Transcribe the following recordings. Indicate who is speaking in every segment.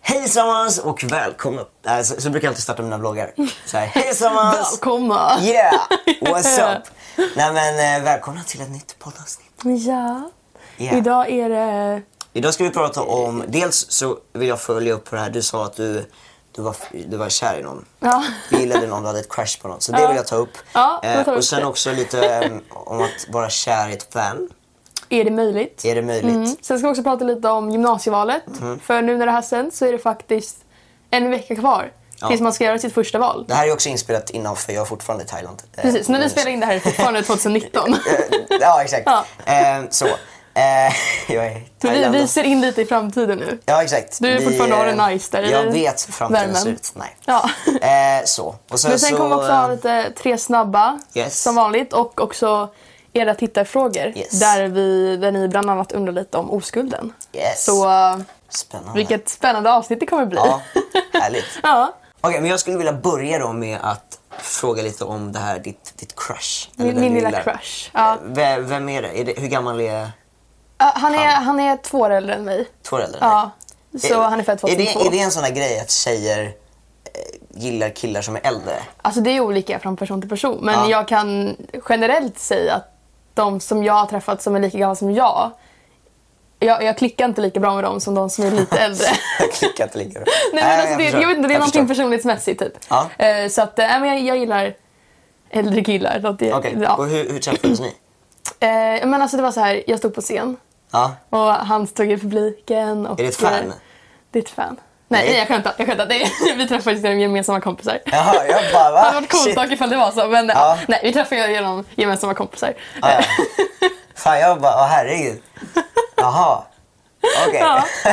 Speaker 1: hejsammans och välkomna. Äh, så, så brukar jag alltid starta mina vloggar. Så här, hejsammans!
Speaker 2: Välkomna!
Speaker 1: Yeah! What's up? Nej men eh, välkomna till ett nytt poddavsnitt.
Speaker 2: Ja.
Speaker 1: Yeah.
Speaker 2: Idag är det...
Speaker 1: Idag ska vi prata om, dels så vill jag följa upp på det här, du sa att du, du, var, du var kär i någon.
Speaker 2: Ja.
Speaker 1: Du gillade någon, du hade ett crush på någon. Så det vill jag ta upp.
Speaker 2: Ja, då tar vi
Speaker 1: Eh,
Speaker 2: upp
Speaker 1: och sen
Speaker 2: det.
Speaker 1: också lite eh, om att vara kär i ett fan.
Speaker 2: Är det möjligt? Mm.
Speaker 1: Är det möjligt?
Speaker 2: Sen ska vi också prata lite om gymnasievalet.
Speaker 1: Mm.
Speaker 2: För nu när det här sänds så är det faktiskt en vecka kvar
Speaker 1: Ja.
Speaker 2: tills man ska göra sitt första val.
Speaker 1: Det här är också inspelat innan för jag är fortfarande i Thailand. Eh,
Speaker 2: Precis, när
Speaker 1: men-
Speaker 2: vi spelar in det här är det fortfarande 2019.
Speaker 1: Eh, ja, exakt.
Speaker 2: Ja.
Speaker 1: Eh, så. Eh, jag är i
Speaker 2: Men vi,
Speaker 1: Thailand.
Speaker 2: vi ser in lite i framtiden nu.
Speaker 1: Ja, exakt.
Speaker 2: Du är
Speaker 1: Vi,
Speaker 2: fortfarande har det
Speaker 1: eh,
Speaker 2: nice där i
Speaker 1: Jag vet hur framtiden ser
Speaker 2: värmen.
Speaker 1: ut. Nej.
Speaker 2: Ja.
Speaker 1: Eh, så. Och sen,
Speaker 2: Men sen
Speaker 1: så,
Speaker 2: kommer vi också ha
Speaker 1: eh,
Speaker 2: lite tre snabba
Speaker 1: yes.
Speaker 2: som vanligt och också era tittarfrågor
Speaker 1: Yes.
Speaker 2: där, vi, där ni bland annat undrar lite om oskulden.
Speaker 1: Yes.
Speaker 2: Så eh,
Speaker 1: Spännande.
Speaker 2: vilket spännande avsnitt det kommer bli.
Speaker 1: Ja, härligt. Okej,
Speaker 2: ja.
Speaker 1: men jag skulle vilja börja då med att fråga lite om det här ditt, ditt crush. eller
Speaker 2: Min,
Speaker 1: den
Speaker 2: min
Speaker 1: du
Speaker 2: lilla
Speaker 1: gillar.
Speaker 2: crush. Ja.
Speaker 1: Eh, ve- Vem är det? Är det hur gammal är
Speaker 2: Ja, han, är, han är två år äldre än mig.
Speaker 1: två år äldre? än dig?
Speaker 2: Ja. Så han är född
Speaker 1: är
Speaker 2: 2002.
Speaker 1: det, är det en sån här grej att tjejer eh, gillar killar som är äldre?
Speaker 2: Alltså det är olika från person till person. Men
Speaker 1: Ja.
Speaker 2: jag kan generellt säga att de som jag har träffat som är lika gamla som jag, jag, jag klickar inte lika bra med dem som de som är lite äldre.
Speaker 1: Jag klickar inte lika bra.
Speaker 2: Nej, men alltså,
Speaker 1: jag
Speaker 2: det,
Speaker 1: förstår.
Speaker 2: jag vet inte, det är
Speaker 1: Jag
Speaker 2: någonting
Speaker 1: förstår.
Speaker 2: personlighetsmässigt typ.
Speaker 1: Ja.
Speaker 2: Eh, så att, eh, nej, men jag, jag gillar äldre killar. Så att det,
Speaker 1: Okej, och
Speaker 2: ja.
Speaker 1: hur, hur träffades ni?
Speaker 2: eh, men alltså det var så här, jag stod på scen
Speaker 1: Ja,
Speaker 2: och han stod i publiken. Och,
Speaker 1: är det ett fan?
Speaker 2: eh, Det är ett fan. Nej,
Speaker 1: Nej.
Speaker 2: jag skämtar. Jag skämtar. Det är, vi träffades genom gemensamma kompisar.
Speaker 1: Jaha, jag bara va?
Speaker 2: Det hade varit coolt
Speaker 1: Shit.
Speaker 2: dock ifall det var så. Men eh,
Speaker 1: Ja.
Speaker 2: nej, vi träffade ju genom gemensamma kompisar.
Speaker 1: Ja, ja. Fan, jag bara, åh herregud. Jaha. Okej.
Speaker 2: Ja.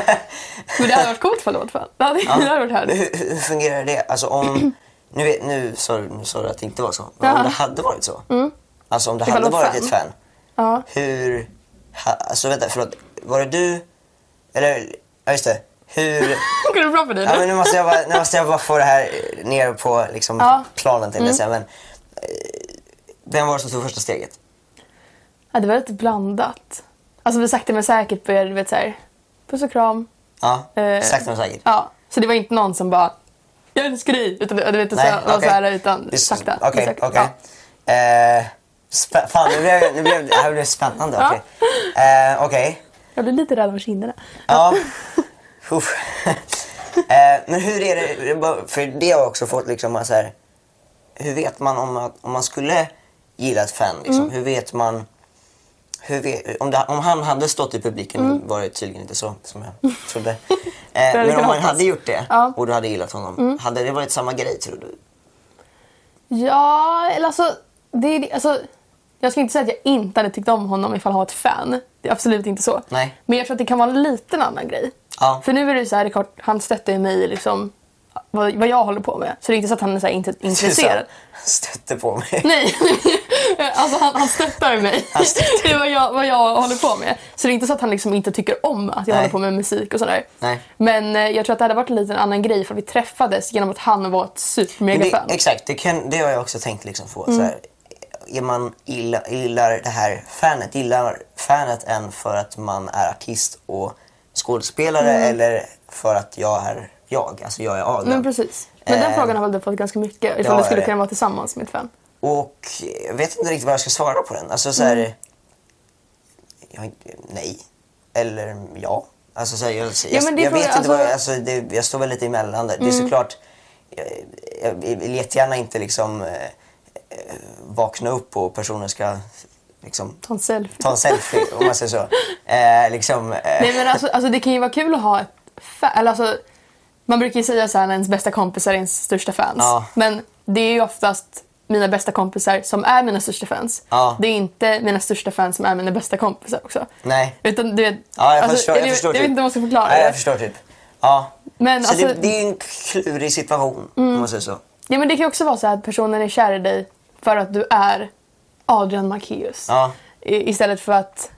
Speaker 2: Men det hade varit coolt ifall det var ett fan. Det hade, det hade varit härligt.
Speaker 1: Hur, hur fungerar det? Alltså om... Nu, vet, nu, sa, du- nu sa du att det inte var så. Men om
Speaker 2: Ja.
Speaker 1: det hade varit så. Alltså om det
Speaker 2: Ifall
Speaker 1: hade
Speaker 2: det var
Speaker 1: varit
Speaker 2: fan.
Speaker 1: ett fan.
Speaker 2: Ja.
Speaker 1: Hur... Ha, alltså vänta, förlåt. Var det du? Eller... Ja, just det. Hur...
Speaker 2: Går det bra för dig
Speaker 1: Ja,
Speaker 2: nu?
Speaker 1: men nu, måste jag bara, nu måste jag bara få det här eh, ner på liksom,
Speaker 2: Ja.
Speaker 1: planen till mm. men, eh, Vem var det som tog första steget?
Speaker 2: Ja, det var lite blandat. Alltså vi sakta men säkert började, du vet såhär, puss och kram.
Speaker 1: Ja,
Speaker 2: Eh,
Speaker 1: sakta men säkert.
Speaker 2: Ja, så det var inte någon som bara “jag älskar dig” utan du vet,
Speaker 1: Nej,
Speaker 2: så, okay.
Speaker 1: okej.
Speaker 2: såhär, utan
Speaker 1: Det-
Speaker 2: sakta. men
Speaker 1: Okej,
Speaker 2: säkert.
Speaker 1: okej. Eh, spä- Fan, nu blev, nu blev, det här blev spännande.
Speaker 2: Ja.
Speaker 1: Okej. Eh, Okej.
Speaker 2: Ja. Jag blir lite rädd om kinderna.
Speaker 1: Ja. Uff. Eh, Men hur är det- det, är bara- för det har jag också fått liksom så här, hur vet man om, att, om man skulle gilla ett fan? Liksom?
Speaker 2: Mm.
Speaker 1: Hur vet man, hur vet, om, det, om han hade stått i publiken,
Speaker 2: Mm.
Speaker 1: var det tydligen inte så som jag trodde. Eh, men om
Speaker 2: kunnat
Speaker 1: man
Speaker 2: hoppas.
Speaker 1: hade gjort det
Speaker 2: Ja. Mm.
Speaker 1: och du hade gillat honom, hade det varit samma grej tror du?
Speaker 2: Ja, eller alltså, det, är det- alltså... Jag ska inte säga att jag inte hade tyckt om honom ifall han var ett fan. Det är absolut inte så.
Speaker 1: Nej.
Speaker 2: Men jag tror att det kan vara en liten annan grej.
Speaker 1: Ja.
Speaker 2: För nu är det så här, det är klart, han stöttar ju mig i liksom, vad, vad jag håller på med. Så det är inte så att han är så här, inte intresserad.
Speaker 1: Stötte på mig.
Speaker 2: Nej, alltså han, han stöttar mig i vad jag, vad jag håller på med. Så det är inte så att han liksom inte tycker om att jag
Speaker 1: Nej.
Speaker 2: håller på med musik och sådär.
Speaker 1: Nej.
Speaker 2: Men eh, jag tror att det hade varit en liten annan grej för vi träffades genom att han var ett
Speaker 1: det,
Speaker 2: supermegafan.
Speaker 1: exakt, det, kan, det har jag också tänkt liksom få. Så här, är man illa, gillar det här fanet, gillar fanet en för att man är artist och skådespelare eller för att jag är jag, alltså jag är Adam.
Speaker 2: Mm. Men precis. Men den
Speaker 1: Eh,
Speaker 2: frågan har väl du fått ganska mycket ifall
Speaker 1: ja,
Speaker 2: du skulle
Speaker 1: det.
Speaker 2: kunna vara tillsammans med ett fan.
Speaker 1: Och jag vet inte riktigt vad jag ska svara på den. Alltså så här,
Speaker 2: Mm.
Speaker 1: jag, har inte- nej. Eller ja. Alltså så här, jag, jag,
Speaker 2: Ja, men det
Speaker 1: jag
Speaker 2: får-
Speaker 1: vet inte
Speaker 2: alltså- Mm.
Speaker 1: vad jag, alltså, det, jag står väl lite emellan där. Det är såklart, jag, jag vill jättegärna inte liksom eh, eh, vakna upp och personen ska liksom
Speaker 2: Ta en selfie.
Speaker 1: ta en selfie om man säger så. Eh, liksom, eh,
Speaker 2: Nej men alltså, alltså det kan ju vara kul att ha ett fan. Eller alltså, man brukar ju säga så här när ens bästa kompisar är ens största fans.
Speaker 1: Ja.
Speaker 2: Men det är ju oftast mina bästa kompisar som är mina största fans.
Speaker 1: Ja.
Speaker 2: Det är inte mina största fans som är mina bästa kompisar också.
Speaker 1: Nej.
Speaker 2: Utan du vet,
Speaker 1: Ja, jag
Speaker 2: alltså,
Speaker 1: förstår. Jag,
Speaker 2: eller-
Speaker 1: förstår typ-
Speaker 2: jag vet inte om man ska förklara
Speaker 1: Nej,
Speaker 2: det.
Speaker 1: jag förstår typ. Ja.
Speaker 2: Men
Speaker 1: så det,
Speaker 2: alltså- Mm.
Speaker 1: det är ju en klurig situation om man säger så.
Speaker 2: Ja, men det kan ju också vara så här att personen är kär i dig för att du är Adrian Markéus.
Speaker 1: Ja.
Speaker 2: I- Istället för att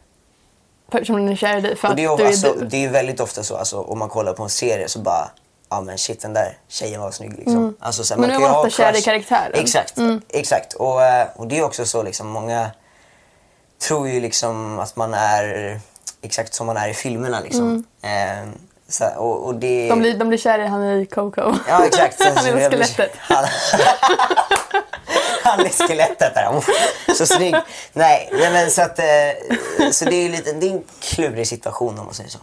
Speaker 2: personen är kär i dig för
Speaker 1: Och
Speaker 2: att
Speaker 1: det, är,
Speaker 2: du
Speaker 1: ju-
Speaker 2: är
Speaker 1: alltså,
Speaker 2: du.
Speaker 1: det är ju väldigt ofta så, alltså, om man kollar på en serie så bara ja men shit den där tjejen var snygg liksom. Alltså, så här,
Speaker 2: Mm.
Speaker 1: man
Speaker 2: Men
Speaker 1: kan
Speaker 2: nu är
Speaker 1: ju
Speaker 2: man
Speaker 1: ha
Speaker 2: ofta kär i
Speaker 1: crush-
Speaker 2: karaktären. Mm.
Speaker 1: Exakt, exakt. Och, eh, och det är också så liksom, många tror ju liksom att man är exakt som man är i filmerna liksom. Eh, Så, här, och, och det...
Speaker 2: Mm. De blir, de blir kära i han i Coco.
Speaker 1: Ja, exakt. Alltså, Sen
Speaker 2: han
Speaker 1: så
Speaker 2: är
Speaker 1: blev-
Speaker 2: skelettet.
Speaker 1: Han, han är skelettet där. Uff, Så snygg. Nej, nej men så att... eh, Så det är ju lite, det är en klurig situation om man säger så.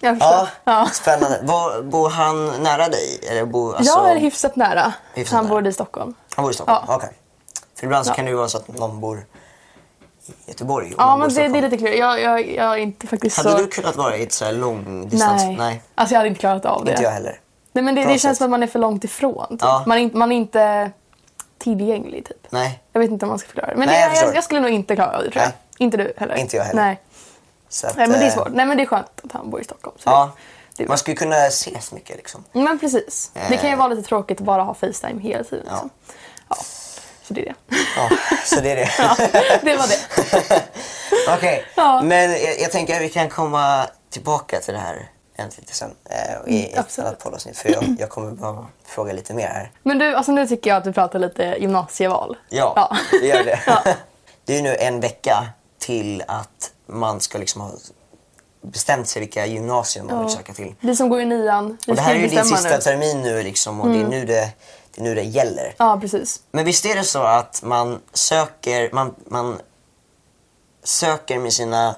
Speaker 2: Jag förstår.
Speaker 1: Ja,
Speaker 2: Ja, ja.
Speaker 1: spännande. Var, bor han nära dig? Eller bor, alltså,
Speaker 2: Jag är hyfsat nära.
Speaker 1: Hyfsat
Speaker 2: han
Speaker 1: nära.
Speaker 2: bodde i Stockholm.
Speaker 1: Han bor i Stockholm?
Speaker 2: Ja.
Speaker 1: Okej. För ibland så
Speaker 2: Ja.
Speaker 1: kan det ju vara så att någon bor i Göteborg. och
Speaker 2: Ja,
Speaker 1: någon bor
Speaker 2: men
Speaker 1: i
Speaker 2: det, det är
Speaker 1: Stockholm.
Speaker 2: lite klurigt. Jag, jag, jag är inte faktiskt så...
Speaker 1: Hade du kunnat vara i ett så här långdistans...
Speaker 2: Nej. Alltså jag hade inte klarat av det.
Speaker 1: Inte jag heller.
Speaker 2: Nej, men det,
Speaker 1: Bra
Speaker 2: det
Speaker 1: sätt.
Speaker 2: känns som att man är för långt ifrån. Typ.
Speaker 1: Ja.
Speaker 2: Man, är, inte- man är inte tillgänglig typ.
Speaker 1: Nej.
Speaker 2: Jag vet inte om man ska förklara det. Men
Speaker 1: Nej,
Speaker 2: det,
Speaker 1: jag
Speaker 2: jag,
Speaker 1: förstår.
Speaker 2: jag, skulle nog inte klara av det tror jag.
Speaker 1: Nej.
Speaker 2: Inte du heller.
Speaker 1: Inte jag heller.
Speaker 2: Nej.
Speaker 1: Så att,
Speaker 2: Nej, men det är
Speaker 1: eh,
Speaker 2: svårt. Nej, men det är skönt att han bor i Stockholm. Så
Speaker 1: Ja.
Speaker 2: det, det är
Speaker 1: Man skulle kunna ses mycket liksom.
Speaker 2: bra. Men precis. Det kan ju vara lite tråkigt att bara ha Facetime hela tiden.
Speaker 1: Eh. Ja.
Speaker 2: Liksom. Ja. Så det är det.
Speaker 1: Ja, så det är det.
Speaker 2: Ja, det var det.
Speaker 1: Okej,
Speaker 2: Ja.
Speaker 1: men jag, jag tänker att vi kan komma tillbaka till det här en lite sen eh, i ett
Speaker 2: Mm, absolut.
Speaker 1: annat poddavsnitt för jag, jag kommer behöva fråga lite mer här.
Speaker 2: Men du, alltså nu tycker jag att vi pratar lite gymnasieval.
Speaker 1: Ja, vi gör det.
Speaker 2: Ja.
Speaker 1: Det är ju nu en vecka till att man ska liksom ha bestämt sig vilka gymnasium man vill söka till.
Speaker 2: Vi som går i nian, vi
Speaker 1: Och det här är
Speaker 2: ska
Speaker 1: ju din
Speaker 2: bestämma
Speaker 1: sista
Speaker 2: nu. Mm.
Speaker 1: termin nu liksom och det, är nu det, det är nu det gäller.
Speaker 2: Ja, precis.
Speaker 1: Men visst är det så att man söker, man, man söker med sina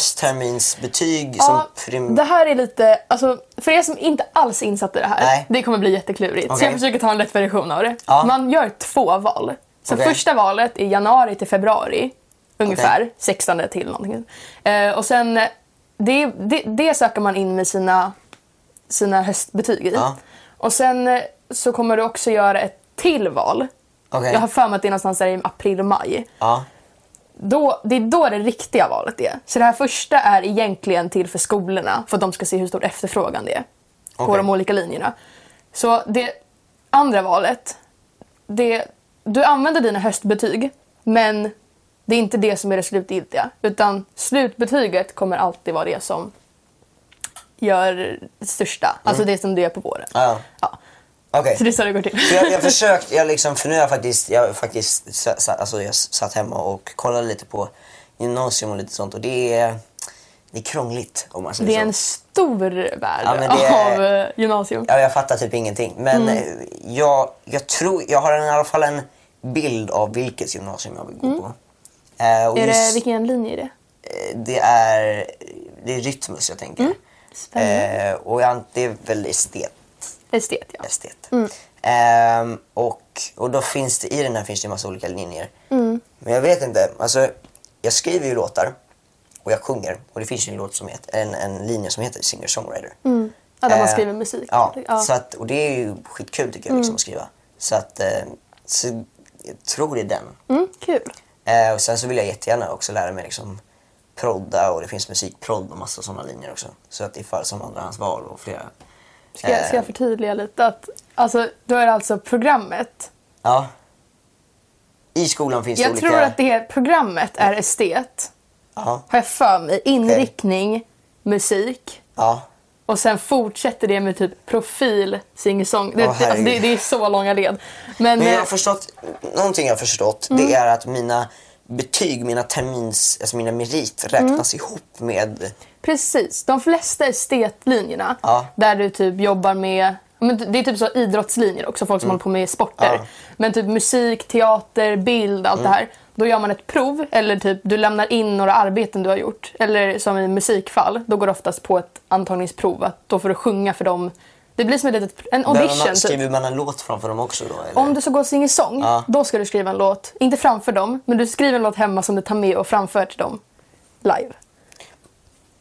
Speaker 1: höstterminsbetyg som prim...
Speaker 2: Det här är lite, alltså, för er som inte alls är insatta i det här,
Speaker 1: Nej.
Speaker 2: det kommer bli jätteklurigt. Så
Speaker 1: Okej.
Speaker 2: jag försöker ta en lätt version av det.
Speaker 1: Ja.
Speaker 2: Man gör två val. Så
Speaker 1: Okej.
Speaker 2: första valet är januari till februari, ungefär. 16 till någonting. Eh, och sen, eh, det, det, det söker man in med sina, sina höstbetyg i.
Speaker 1: Ja.
Speaker 2: Och sen eh, så kommer du också göra ett till val.
Speaker 1: Okej.
Speaker 2: Jag har för mig att det är någonstans där i april och maj
Speaker 1: Ja.
Speaker 2: då, det är då det riktiga valet är. Så det här första är egentligen till för skolorna för att de ska se hur stor efterfrågan det är på
Speaker 1: Okej.
Speaker 2: de olika linjerna. Så det andra valet, det, du använder dina höstbetyg men det är inte det som är det slutgiltiga utan slutbetyget kommer alltid vara det som gör det största, alltså det som du gör på våren.
Speaker 1: Mm. Ja.
Speaker 2: Ja.
Speaker 1: Okej.
Speaker 2: Så det är så det går till.
Speaker 1: För Jag, jag försökte, jag liksom, för nu har jag faktiskt, jag faktiskt sa- sa- alltså jag satt hemma och kollade lite på gymnasium och lite sånt och det är, det är krångligt om man säger
Speaker 2: Det är
Speaker 1: så.
Speaker 2: en stor värld
Speaker 1: Ja, men det är-
Speaker 2: av eh, gymnasium.
Speaker 1: Ja, jag fattar typ ingenting. Men
Speaker 2: Mm.
Speaker 1: eh, jag, jag tror, jag har en, i alla fall en bild av vilket gymnasium jag vill gå på. Eh, och
Speaker 2: Mm. Är det,
Speaker 1: just-
Speaker 2: vilken linje är det?
Speaker 1: eh, det är, det är Rytmus jag tänker.
Speaker 2: Mm. Spännande.
Speaker 1: Eh, och jag, det är väl estet.
Speaker 2: Estet, ja.
Speaker 1: estet.
Speaker 2: Mm.
Speaker 1: Ehm, och, och då finns det, i den här finns det en massa olika linjer.
Speaker 2: Mm.
Speaker 1: Men jag vet inte, alltså jag skriver ju låtar och jag sjunger och det finns ju en, låt som heter, en, en linje som heter singer-songwriter.
Speaker 2: Mm. Ja, där man
Speaker 1: Eh,
Speaker 2: skriver musik.
Speaker 1: Ja,
Speaker 2: Ja. Mm.
Speaker 1: Så att, och det är ju skitkul tycker jag liksom, att skriva. Så att, eh, så jag tror det är den.
Speaker 2: Mm, kul.
Speaker 1: Eh, och sen så vill jag jättegärna också lära mig liksom prodda och det finns musikprodd och massa sådana linjer också. Så att ifall som andrahandsval och flera.
Speaker 2: Ska, jag-
Speaker 1: Eh.
Speaker 2: ska jag förtydliga lite? Att, alltså, då är det alltså programmet.
Speaker 1: Ja. I skolan finns det
Speaker 2: Jag
Speaker 1: olika...
Speaker 2: tror att det är, programmet är estet,
Speaker 1: Ja.
Speaker 2: har jag för mig. Inriktning, musik.
Speaker 1: ja.
Speaker 2: Och sen fortsätter det med typ profil, singer-song. Det,
Speaker 1: Åh,
Speaker 2: det, alltså, det,
Speaker 1: herregud.
Speaker 2: det är så långa led. Men, Mm.
Speaker 1: Men jag har
Speaker 2: eh,
Speaker 1: förstått, någonting jag har förstått det är att mina betyg, mina termins, alltså mina merit räknas
Speaker 2: Mm.
Speaker 1: ihop med...
Speaker 2: Precis. De flesta estetlinjerna
Speaker 1: Ja.
Speaker 2: där du typ jobbar med men det är typ så idrottslinjer också, folk som håller på med sporter.
Speaker 1: Mm. Ja. Mm.
Speaker 2: Men typ musik, teater, bild, allt det här. Då gör man ett prov eller typ du lämnar in några arbeten du har gjort. Eller som i musikfall, då går det oftast på ett antagningsprov. Att då får du sjunga för dem. Det blir som ett litet, en
Speaker 1: Behöver
Speaker 2: audition.
Speaker 1: man,
Speaker 2: typ.
Speaker 1: skriver man en låt framför dem också då? Eller?
Speaker 2: Om du ska gå singer-sång,
Speaker 1: Ja.
Speaker 2: då ska du skriva en låt. Inte framför dem, men du skriver en låt hemma som du tar med och framför till dem. Live.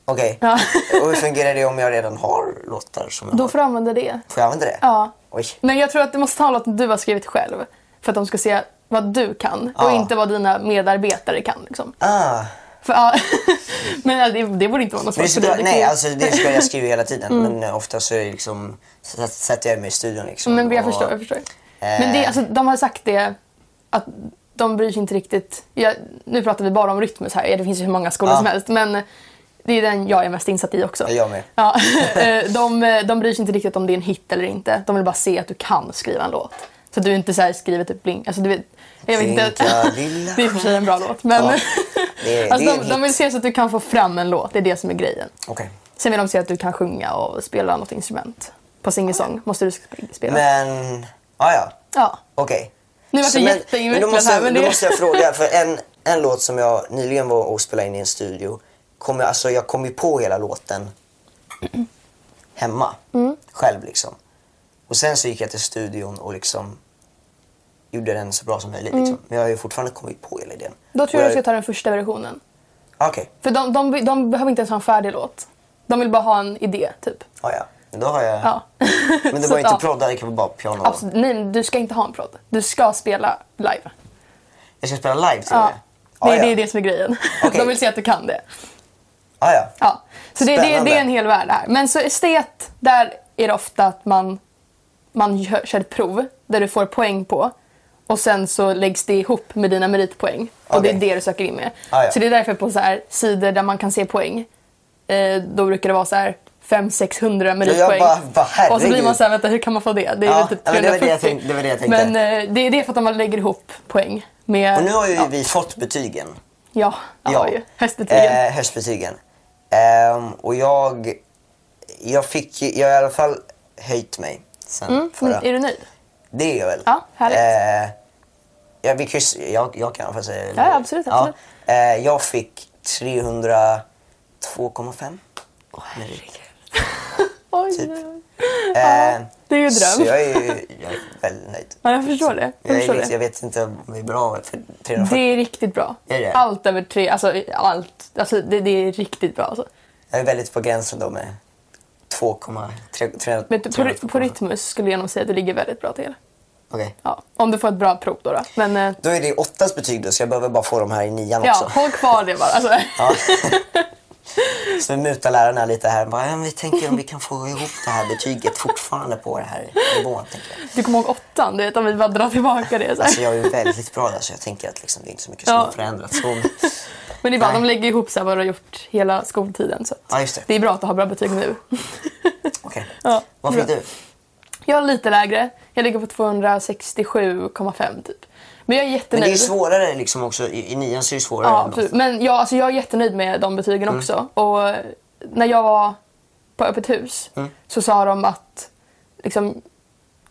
Speaker 1: Okej.
Speaker 2: Ja.
Speaker 1: och hur fungerar det om jag redan har låtar som jag
Speaker 2: Då
Speaker 1: har?
Speaker 2: får du använda det.
Speaker 1: Får jag använda det?
Speaker 2: Ja.
Speaker 1: Oj.
Speaker 2: Men jag tror att du måste ha något du har skrivit själv. För att de ska se vad du kan och
Speaker 1: Ja.
Speaker 2: inte vad dina medarbetare kan. Liksom.
Speaker 1: Ah.
Speaker 2: För, ja. men ja, det, det borde inte vara något
Speaker 1: Men
Speaker 2: svårt
Speaker 1: det
Speaker 2: för
Speaker 1: ska,
Speaker 2: dig. Du kan Mm.
Speaker 1: nej,
Speaker 2: ju-
Speaker 1: alltså det ska jag skriva hela tiden. Men eh, ofta så är det liksom, så s- sätter jag mig i studion liksom.
Speaker 2: Men jag
Speaker 1: och-
Speaker 2: förstår, jag förstår. Men
Speaker 1: Eh.
Speaker 2: det, alltså, de har sagt det att de bryr sig inte riktigt. Jag, nu pratar vi bara om Rytmus här, det finns ju hur många skolor
Speaker 1: Ja.
Speaker 2: som helst. Men det är den jag är mest insatt i också.
Speaker 1: Jag med.
Speaker 2: Ja, eh, de, de bryr sig inte riktigt om det är en hit eller inte. De vill bara se att du kan skriva en låt. Så att du inte så här skriver typ bling. Alltså, du vet, Jag vet inte.
Speaker 1: Tänka lilla
Speaker 2: Det är i och för sig en bra låt. Men
Speaker 1: Ja, det är-
Speaker 2: alltså,
Speaker 1: det är
Speaker 2: de,
Speaker 1: en
Speaker 2: de
Speaker 1: hit.
Speaker 2: vill se så att du kan få fram en låt. Det är det som är grejen.
Speaker 1: Okej.
Speaker 2: Sen vill de se att du kan sjunga och spela något instrument. På singesång måste du sp- spela.
Speaker 1: Men, ja ja.
Speaker 2: Ja.
Speaker 1: Okej.
Speaker 2: Nu vart
Speaker 1: Så,
Speaker 2: det
Speaker 1: men- men då
Speaker 2: jätteinvecklat
Speaker 1: måste,
Speaker 2: här. Men
Speaker 1: Då
Speaker 2: det...
Speaker 1: måste jag fråga, för en, en låt som jag nyligen var och spelade in i en studio, kom jag, alltså jag kom ju på hela låten hemma,
Speaker 2: Mm.
Speaker 1: själv liksom. Och sen så gick jag till studion och liksom gjorde den så bra som möjligt. Liksom. Men jag har ju fortfarande kommit på hela idén.
Speaker 2: Mm. Då tror
Speaker 1: Och
Speaker 2: jag du ska ta den första versionen.
Speaker 1: Ah, Okej,
Speaker 2: För de, de, de, behöver inte ens ha en färdig låt. De vill bara ha en idé, typ.
Speaker 1: ah, ja. Men Då har jag...
Speaker 2: Ja.
Speaker 1: Men det
Speaker 2: Så,
Speaker 1: var inte
Speaker 2: ja.
Speaker 1: proddar, det kan vara bara piano.
Speaker 2: Absolut. Nej, men du ska inte ha en prodd. Du ska spela live.
Speaker 1: Jag ska spela live till
Speaker 2: Ja.
Speaker 1: det.
Speaker 2: Det,
Speaker 1: Ah,
Speaker 2: är-
Speaker 1: ja.
Speaker 2: det är det som är grejen.
Speaker 1: Okej.
Speaker 2: De vill se att du kan det.
Speaker 1: Ah, ja.
Speaker 2: Ja. Så det, det,
Speaker 1: Spännande.
Speaker 2: det är en hel värld det här. Men så estet, där är det ofta att man, man gör, kör ett prov där du får poäng på och sen så läggs det ihop med dina meritpoäng. Och det är
Speaker 1: Okej.
Speaker 2: det du söker in med.
Speaker 1: Ah, ja.
Speaker 2: Så det är därför på så här sidor där man kan se poäng, eh, då brukar det vara så här 500-600 meritpoäng.
Speaker 1: bara- bara, herregud.
Speaker 2: och så blir man så här, vänta hur kan man få det? Det är
Speaker 1: Ja,
Speaker 2: väl typ
Speaker 1: ja, men det var det jag
Speaker 2: 340.
Speaker 1: tänkte- det var det jag tänkte.
Speaker 2: Men eh, det är det för att man lägger ihop poäng med...
Speaker 1: Och nu har ju
Speaker 2: ja,
Speaker 1: vi fått betygen.
Speaker 2: ja, jag har ju. Hästbetygen.
Speaker 1: Eh, höstbetygen. Ehm, och jag, jag fick ju, jag har i alla fall höjt mig sen förra.
Speaker 2: Mm, Är du nöjd?
Speaker 1: Det är jag väl.
Speaker 2: Ja, härligt.
Speaker 1: Eh, ja, vi kryss, jag, jag kan i alla fall säga
Speaker 2: Ja, ja, absolut, absolut.
Speaker 1: Ja, eh, jag fick 302,5.
Speaker 2: Åh,
Speaker 1: herregud.
Speaker 2: Oj,
Speaker 1: Typ.
Speaker 2: oj, oj.
Speaker 1: Eh,
Speaker 2: Det är ju en
Speaker 1: så
Speaker 2: dröm.
Speaker 1: jag är ju jag är väldigt nöjd.
Speaker 2: Ja, jag förstår det. Jag
Speaker 1: Jag, är
Speaker 2: förstår
Speaker 1: liksom,
Speaker 2: det.
Speaker 1: jag vet inte om det är bra för 340.
Speaker 2: Det är riktigt bra.
Speaker 1: Är det?
Speaker 2: Allt över tre, alltså allt. Alltså, det, det är riktigt bra. Alltså.
Speaker 1: Jag är väldigt på gränsen då med 2,3.
Speaker 2: Vet du, på, på Rytmus skulle jag nog säga att du ligger väldigt bra till.
Speaker 1: Okej.
Speaker 2: Ja, om du får ett bra prov då. då. Men eh,
Speaker 1: Då är det åttans betyg då, så jag behöver bara få de här i nian
Speaker 2: ja,
Speaker 1: också.
Speaker 2: håll kvar det bara. Alltså.
Speaker 1: Ja. Så vi mutar lärarna lite här. Bara, ja, men vi tänker om vi kan få ihop det här betyget fortfarande på det här nivån. Tänker jag.
Speaker 2: Du kommer ihåg åttan, du vet om vi bara drar tillbaka det. Så här.
Speaker 1: Alltså jag är ju väldigt bra där så jag tänker att liksom, det är inte så mycket som
Speaker 2: Ja.
Speaker 1: har förändrats. Så,
Speaker 2: Men det är bara,
Speaker 1: nej.
Speaker 2: de lägger ihop så här, vad du har gjort hela skoltiden. Så. att
Speaker 1: ja, just det.
Speaker 2: Det är bra att du har bra betyg nu.
Speaker 1: Okej.
Speaker 2: Ja,
Speaker 1: Vad fick
Speaker 2: bra.
Speaker 1: du?
Speaker 2: Jag är lite lägre. Jag ligger på 267,5 typ. Men jag är
Speaker 1: Men
Speaker 2: jättenöjd.
Speaker 1: det är ju svårare liksom också. I, i nian så är det ju svårare.
Speaker 2: Ja,
Speaker 1: än
Speaker 2: absolut.
Speaker 1: åttan.
Speaker 2: Men jag, alltså, jag är jättenöjd med de betygen
Speaker 1: Mm.
Speaker 2: också. Och när jag var på öppet hus
Speaker 1: Mm.
Speaker 2: så sa de att liksom,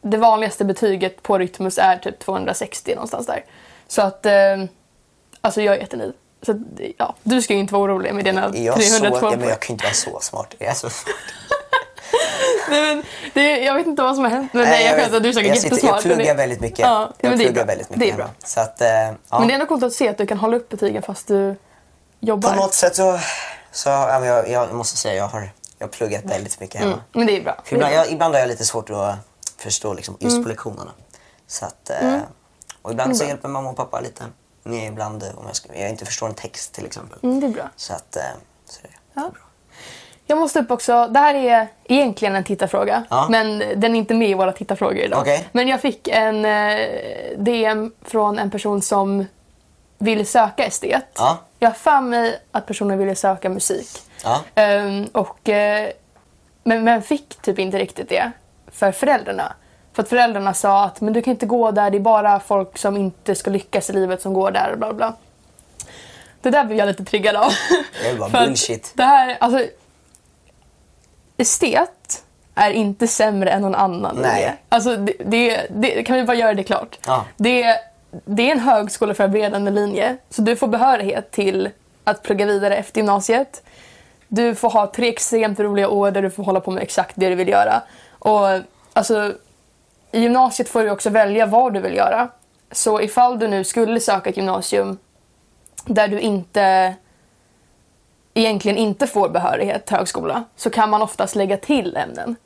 Speaker 2: det vanligaste betyget på Rytmus är typ 260 någonstans där. Så att eh, alltså jag är jättenöjd. Så att, ja, du ska ju inte vara orolig med dina
Speaker 1: Är jag, så,
Speaker 2: 302
Speaker 1: ja, men
Speaker 2: poäng.
Speaker 1: jag kan ju inte vara så smart. Jag, är så,
Speaker 2: Nej, men det, Jag vet inte vad som har hänt. Men nej, jag skämtar, du är säkert
Speaker 1: jag, sitter, jag
Speaker 2: jättesmart. men det-
Speaker 1: pluggar väldigt mycket.
Speaker 2: Ja,
Speaker 1: jag
Speaker 2: men det är
Speaker 1: pluggar
Speaker 2: bra.
Speaker 1: väldigt mycket
Speaker 2: Det är bra.
Speaker 1: hemma. Så att, eh, ja.
Speaker 2: Men det är ändå coolt att se att du kan hålla upp betygen fast du jobbar.
Speaker 1: På något sätt så, så ja, men jag, jag måste säga jag har, jag har pluggat väldigt mycket hemma.
Speaker 2: Mm, Men det är bra.
Speaker 1: För ibland, jag, ibland har jag lite svårt att förstå liksom, just
Speaker 2: Mm.
Speaker 1: på lektionerna. Så att, eh, Och ibland så hjälper mamma och pappa lite. Men ibland eh, om jag, ska, jag inte förstår en text till exempel.
Speaker 2: Mm, det är bra.
Speaker 1: Så att, eh, så är det.
Speaker 2: Ja. Jag måste upp också. Det här är egentligen en tittarfråga,
Speaker 1: Ja.
Speaker 2: men den är inte med i våra tittarfrågor idag.
Speaker 1: Okej.
Speaker 2: Men jag fick en eh, DM från en person som vill söka estet.
Speaker 1: Ja.
Speaker 2: Jag har för mig att personen ville söka musik.
Speaker 1: Ja.
Speaker 2: Ehm, och, eh, men, men fick typ inte riktigt det för föräldrarna. För att föräldrarna sa att men du kan inte gå där, det är bara folk som inte ska lyckas i livet som går där. och Bla, bla. Det där blev jag lite triggad av.
Speaker 1: Det är bara
Speaker 2: För att
Speaker 1: bullshit.
Speaker 2: Det här, alltså, estet är inte sämre än någon annan. i
Speaker 1: Nej.
Speaker 2: det. Alltså, det, det, det, kan vi bara göra det klart?
Speaker 1: Ja.
Speaker 2: Det, det är en högskoleförberedande linje, så du får behörighet till att plugga vidare efter gymnasiet. Du får ha tre extremt roliga år där du får hålla på med exakt det du vill göra. Och alltså, i gymnasiet får du också välja vad du vill göra. Så ifall du nu skulle söka ett gymnasium där du inte egentligen inte får behörighet till högskola så kan man oftast lägga till ämnen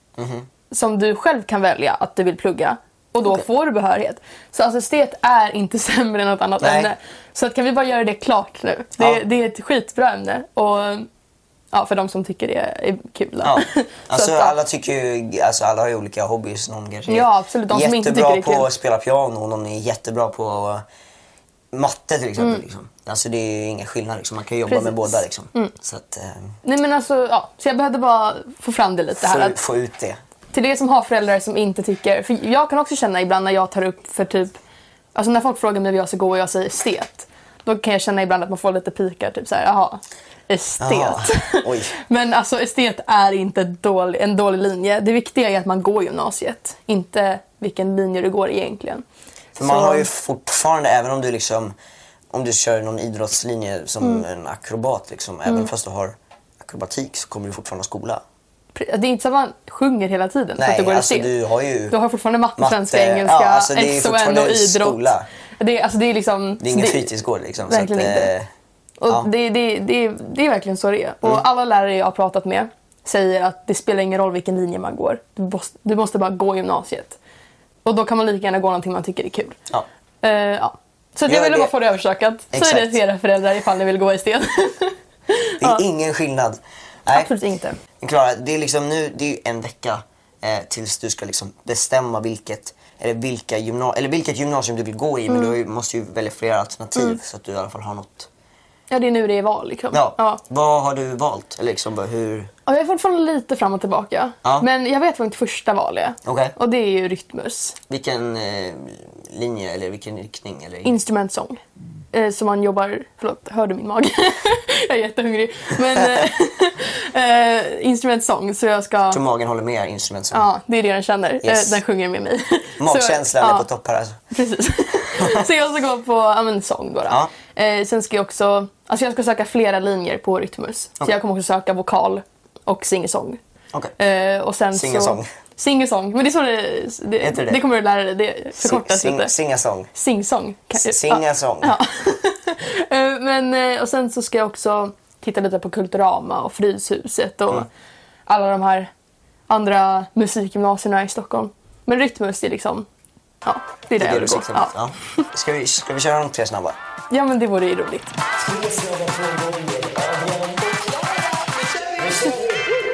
Speaker 2: som du själv kan välja att du vill plugga och då
Speaker 1: Mhm. Okej.
Speaker 2: får du behörighet. Så alltså estet är inte sämre än något annat
Speaker 1: Nej.
Speaker 2: ämne. Så att, kan vi bara göra det klart nu? Det,
Speaker 1: Ja.
Speaker 2: det är ett skitbra ämne och ja, för de som tycker det är kul. då.
Speaker 1: Ja.
Speaker 2: Så
Speaker 1: Alltså,
Speaker 2: att, ja.
Speaker 1: alla, tycker ju, alltså, alla har ju olika hobbys. Någon kanske är
Speaker 2: Ja, absolut. De som inte
Speaker 1: jättebra
Speaker 2: tycker det
Speaker 1: på
Speaker 2: är kul.
Speaker 1: att spela piano, någon är jättebra på matte till exempel. Liksom. Alltså, det är ju inga skillnader. Liksom. Man kan jobba
Speaker 2: Mm. Precis. Mm.
Speaker 1: med båda. Liksom. Så att, eh,
Speaker 2: Nej, men alltså, ja. Så jag behövde bara få fram det lite här.
Speaker 1: få,
Speaker 2: Att,
Speaker 1: få ut det.
Speaker 2: till er som har föräldrar som inte tycker... För jag kan också känna ibland när jag tar upp för typ Alltså när folk frågar mig vad jag ska gå och jag säger estet. Då kan jag känna ibland att man får lite pikar. Typ såhär, jaha, estet.
Speaker 1: Jaha, oj.
Speaker 2: Men alltså estet är inte ett dålig, en dålig linje. Det viktiga är att man går gymnasiet. Inte vilken linje du går egentligen.
Speaker 1: För man
Speaker 2: Så-
Speaker 1: har ju fortfarande, även om du liksom om du kör någon idrottslinje som
Speaker 2: Mm.
Speaker 1: en akrobat, liksom, även fast du har akrobatik så kommer du fortfarande ha skola.
Speaker 2: Det är inte så att man sjunger hela tiden för
Speaker 1: Nej,
Speaker 2: att du går
Speaker 1: alltså,
Speaker 2: i estet.
Speaker 1: du har ju-
Speaker 2: Du har fortfarande matte,
Speaker 1: Matte,
Speaker 2: svenska,
Speaker 1: ja,
Speaker 2: engelska,
Speaker 1: alltså, det är ju
Speaker 2: SON och
Speaker 1: fortfarande
Speaker 2: idrott.
Speaker 1: skola.
Speaker 2: Det är, alltså, det är liksom...
Speaker 1: Det är ingen
Speaker 2: det-
Speaker 1: fritidsgård. Liksom,
Speaker 2: Verkligen
Speaker 1: så att,
Speaker 2: inte.
Speaker 1: eh,
Speaker 2: Och
Speaker 1: Ja. Mm.
Speaker 2: det, det, det, det är verkligen så det är. Och alla lärare jag har pratat med säger att det spelar ingen roll vilken linje man går. Du måste, du måste bara gå gymnasiet. Och då kan man lika gärna gå någonting man tycker är kul.
Speaker 1: ja.
Speaker 2: Eh, ja. Så att jag
Speaker 1: Gör
Speaker 2: ville
Speaker 1: det.
Speaker 2: bara få det överstökat. Säg det
Speaker 1: Exakt.
Speaker 2: till era föräldrar ifall ni vill gå i sten.
Speaker 1: Det är ingen skillnad. Nej.
Speaker 2: Absolut inte.
Speaker 1: Men Klara, det är liksom nu, det är ju en vecka eh, tills du ska liksom bestämma vilket, eller vilka gymna- eller vilket gymnasium du vill gå
Speaker 2: Mm.
Speaker 1: i. Men du har ju, måste ju välja flera alternativ så att du i alla fall har något.
Speaker 2: Ja, det är nu det är val liksom.
Speaker 1: Ja.
Speaker 2: Ja.
Speaker 1: Vad har du valt? Eller liksom bara hur?
Speaker 2: Och jag är fortfarande lite fram och tillbaka.
Speaker 1: Ja.
Speaker 2: Men jag vet vad mitt första val är.
Speaker 1: Okej.
Speaker 2: Och det är ju Rytmus.
Speaker 1: Vilken eh, linje eller vilken riktning? Eller...
Speaker 2: instrumentsång. Eh, som man jobbar... Förlåt, hör du min mage? jag är jättehungrig. Men eh, eh, instrumentsång, så jag ska...
Speaker 1: Så magen håller med instrument som...
Speaker 2: Ja, det är det den känner.
Speaker 1: Yes.
Speaker 2: Eh, den sjunger med mig. Så-
Speaker 1: Magkänslan
Speaker 2: ja,
Speaker 1: är på topp här alltså.
Speaker 2: Precis. så jag ska gå på ja, men, sång då. då.
Speaker 1: Ja.
Speaker 2: Eh, sen ska jag också... Alltså jag ska söka flera linjer på Rytmus. Så
Speaker 1: Okej.
Speaker 2: jag kommer också söka vokal och sing-song.
Speaker 1: Okej.
Speaker 2: Eh, och sen
Speaker 1: Sing-a-song.
Speaker 2: så... Sing-a-song. Men det är så det... Det,
Speaker 1: Heter det?
Speaker 2: det kommer du lära dig. Det förkortas
Speaker 1: Sing-
Speaker 2: lite.
Speaker 1: Singa sång.
Speaker 2: Sing-song. Kan-
Speaker 1: Singa sång.
Speaker 2: Eh, Men, eh, och sen så ska jag också titta lite på Kulturama och Fryshuset och
Speaker 1: Mm.
Speaker 2: alla de här andra musikgymnasierna i Stockholm. Men Rytmus, det är liksom... Ja, det är det,
Speaker 1: Det är det
Speaker 2: jag vill
Speaker 1: du
Speaker 2: gå.
Speaker 1: siktar mot.
Speaker 2: Ja.
Speaker 1: Ja. Ska, vi, ska vi köra de tre snabba?
Speaker 2: ja, men det vore ju roligt.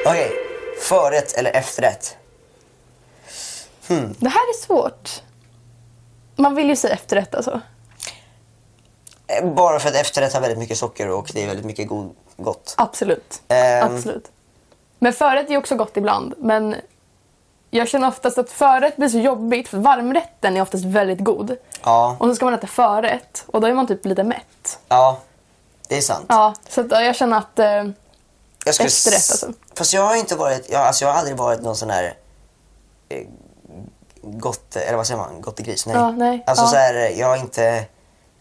Speaker 1: Okej. Förrätt eller efterrätt?
Speaker 2: Det här är svårt. Man vill ju säga efterrätt alltså.
Speaker 1: Eh, Bara för att efterrätt har väldigt mycket socker och det är väldigt mycket god, gott.
Speaker 2: Absolut.
Speaker 1: Ehm.
Speaker 2: Absolut. Men förrätt är också gott ibland. Men jag känner oftast att förrätt blir så jobbigt för varmrätten är oftast väldigt god.
Speaker 1: Ja,
Speaker 2: Och så ska man äta förrätt och då är man typ lite mätt.
Speaker 1: ja det är sant.
Speaker 2: Ja, så att, ja, jag känner att... Eh,
Speaker 1: jag skulle s-
Speaker 2: efterrätt, alltså.
Speaker 1: Fast jag har inte varit, jag, alltså jag har aldrig varit någon sån här eh, gott, eller vad säger man, gottegris? Nej.
Speaker 2: Ja, nej,
Speaker 1: Alltså
Speaker 2: ja.
Speaker 1: så här, jag har inte,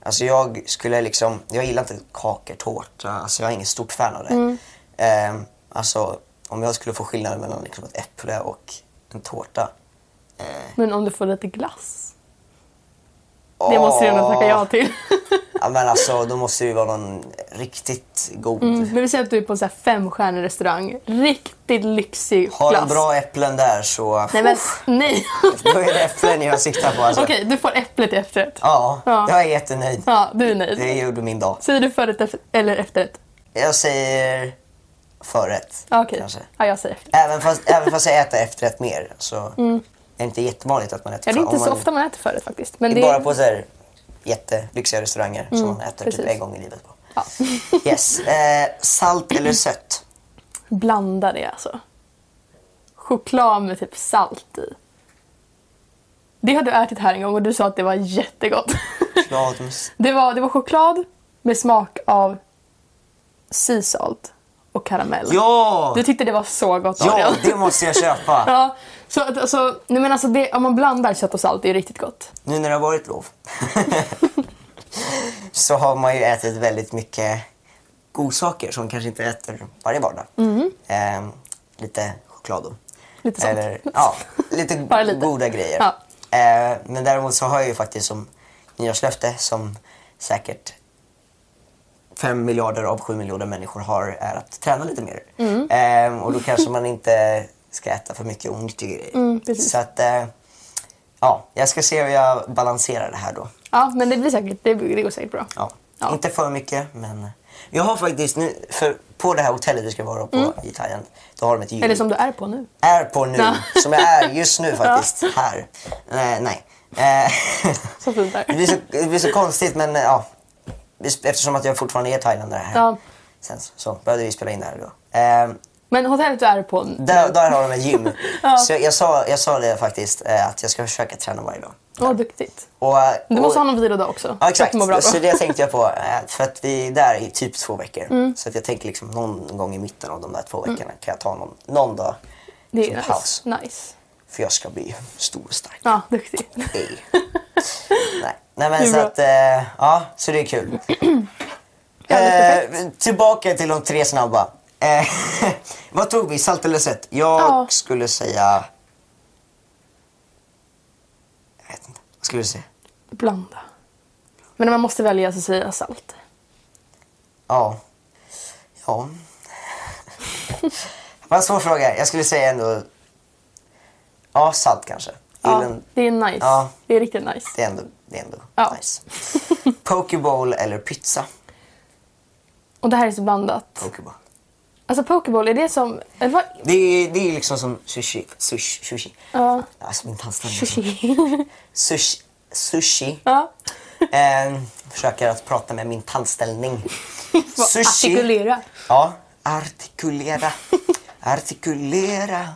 Speaker 1: alltså jag skulle liksom, jag gillar inte kakor, tårta, alltså jag är inget stort fan av det.
Speaker 2: Mm.
Speaker 1: Ehm, alltså om jag skulle få skillnad mellan liksom ett äpple och en tårta.
Speaker 2: men om du får lite glass. Det måste du ändå tacka ja till.
Speaker 1: Ja men alltså då måste det ju vara någon riktigt god.
Speaker 2: Mm. Men vi säger att du är på en sån här femstjärnig restaurang. Riktigt lyxig
Speaker 1: Har
Speaker 2: glass.
Speaker 1: de bra äpplen där så,
Speaker 2: Nej, men nej.
Speaker 1: då är det äpplen jag siktar på alltså.
Speaker 2: Okej, du får äpplet i efterrätt. Ja.
Speaker 1: Ja, jag är jättenöjd.
Speaker 2: du är nöjd.
Speaker 1: Det gjorde min dag.
Speaker 2: Säger du förrätt efter- eller efterrätt?
Speaker 1: Jag säger förrätt.
Speaker 2: Ja, Okej,
Speaker 1: kanske.
Speaker 2: ja, jag säger efterrätt.
Speaker 1: Även, fast, även fast jag äter efterrätt mer så är det inte jättevanligt att man äter
Speaker 2: Mm. Ja, det
Speaker 1: för-
Speaker 2: är inte
Speaker 1: om
Speaker 2: så
Speaker 1: man,
Speaker 2: ofta man äter förrätt faktiskt. Men
Speaker 1: Det
Speaker 2: det Mm,
Speaker 1: är bara på så här jättelyxiga restauranger som man äter
Speaker 2: precis.
Speaker 1: typ en gång i livet på.
Speaker 2: Ja.
Speaker 1: Yes. Eh, salt eller sött?
Speaker 2: Blanda det alltså. Choklad med typ salt i. Det har du ätit här en gång och du sa att det var jättegott.
Speaker 1: Ja, de s-
Speaker 2: Det var, det var choklad med smak av sea salt och karamell.
Speaker 1: ja!
Speaker 2: Du tyckte det var så gott
Speaker 1: ja,
Speaker 2: Adrian.
Speaker 1: det måste jag köpa.
Speaker 2: ja, så att, alltså, nej men alltså det, om man blandar kött och salt det är riktigt gott.
Speaker 1: Nu när det har varit lov så har man ju ätit väldigt mycket godsaker som man kanske inte äter varje vardag. Ehm, lite choklad då.
Speaker 2: Mm. Lite sånt.
Speaker 1: ja, lite,
Speaker 2: Bara lite.
Speaker 1: goda grejer.
Speaker 2: Ja.
Speaker 1: Ehm, men däremot så har jag ju faktiskt som nyårslöfte som säkert fem miljarder av sju miljarder människor har är att träna lite mer.
Speaker 2: Mm.
Speaker 1: Ehm, och då kanske man inte ska äta för mycket onyttiga grejer.
Speaker 2: Mm, precis.
Speaker 1: så att, eh, ja, jag ska se hur jag balanserar det här då.
Speaker 2: Ja, men det blir säkert, det, det går säkert bra.
Speaker 1: Ja.
Speaker 2: Ja.
Speaker 1: Inte för mycket, men... Jag har faktiskt nu, för på det här hotellet vi ska vara på i Thailand, då har de ett gym.
Speaker 2: Eller som du Mm. är på nu.
Speaker 1: Är på nu,
Speaker 2: Ja.
Speaker 1: som jag är just nu faktiskt, här. Eh, nej. Eh,
Speaker 2: Så fint där.
Speaker 1: det, blir så, det blir så konstigt, men eh, ja. Eftersom att jag fortfarande är thailändare här.
Speaker 2: Ja.
Speaker 1: Sen så, så började vi spela in det här då. Eh,
Speaker 2: Men hotellet du är på...
Speaker 1: Där, där har de ett gym.
Speaker 2: Ja.
Speaker 1: Så jag sa, jag sa det faktiskt, eh, att jag ska försöka träna varje dag.
Speaker 2: Åh, duktigt.
Speaker 1: Och, eh,
Speaker 2: Du måste
Speaker 1: och,
Speaker 2: ha någon vilodag också.
Speaker 1: Ja,
Speaker 2: för att
Speaker 1: exakt.
Speaker 2: må bra.
Speaker 1: Så det tänkte jag på. eh, För att vi är där i typ två veckor.
Speaker 2: Mm.
Speaker 1: Så att jag tänker liksom någon gång i mitten av de där två veckorna kan jag ta någon, någon dag
Speaker 2: Det
Speaker 1: som
Speaker 2: är
Speaker 1: paus.
Speaker 2: nice. nice.
Speaker 1: För jag ska bli stor och stark.
Speaker 2: Ja, duktig.
Speaker 1: Ej. Nej. Nej
Speaker 2: Det
Speaker 1: men
Speaker 2: är
Speaker 1: så
Speaker 2: bra.
Speaker 1: att, eh, ja, så det är kul.
Speaker 2: perfekt.
Speaker 1: eh, tillbaka till de tre snabba. Eh, vad tog vi? Salt eller sött? Jag
Speaker 2: Ja.
Speaker 1: skulle säga... Jag vet inte. Vad skulle du säga?
Speaker 2: Blanda. Men när man måste välja så säger jag salt.
Speaker 1: Ja. Ja. Vad en svår fråga. Jag skulle säga ändå... Ja, salt kanske.
Speaker 2: Ja,
Speaker 1: Gillen-
Speaker 2: det är nice.
Speaker 1: Ja.
Speaker 2: Det är riktigt nice.
Speaker 1: Det är ändå, det är ändå
Speaker 2: Ja.
Speaker 1: nice. Pokeball eller pizza?
Speaker 2: Och det här är så blandat.
Speaker 1: Pokeball.
Speaker 2: Alltså pokeball, är det som... Eller vad?
Speaker 1: Det är, det är liksom som sushi. Sushi. sushi.
Speaker 2: Ja.
Speaker 1: Alltså min tandställning. är så-
Speaker 2: Sushi.
Speaker 1: Sushi. Sushi.
Speaker 2: ja.
Speaker 1: Eh, försöker att prata med min tandställning.
Speaker 2: Vad Artikulera.
Speaker 1: Ja. Artikulera. Artikulera.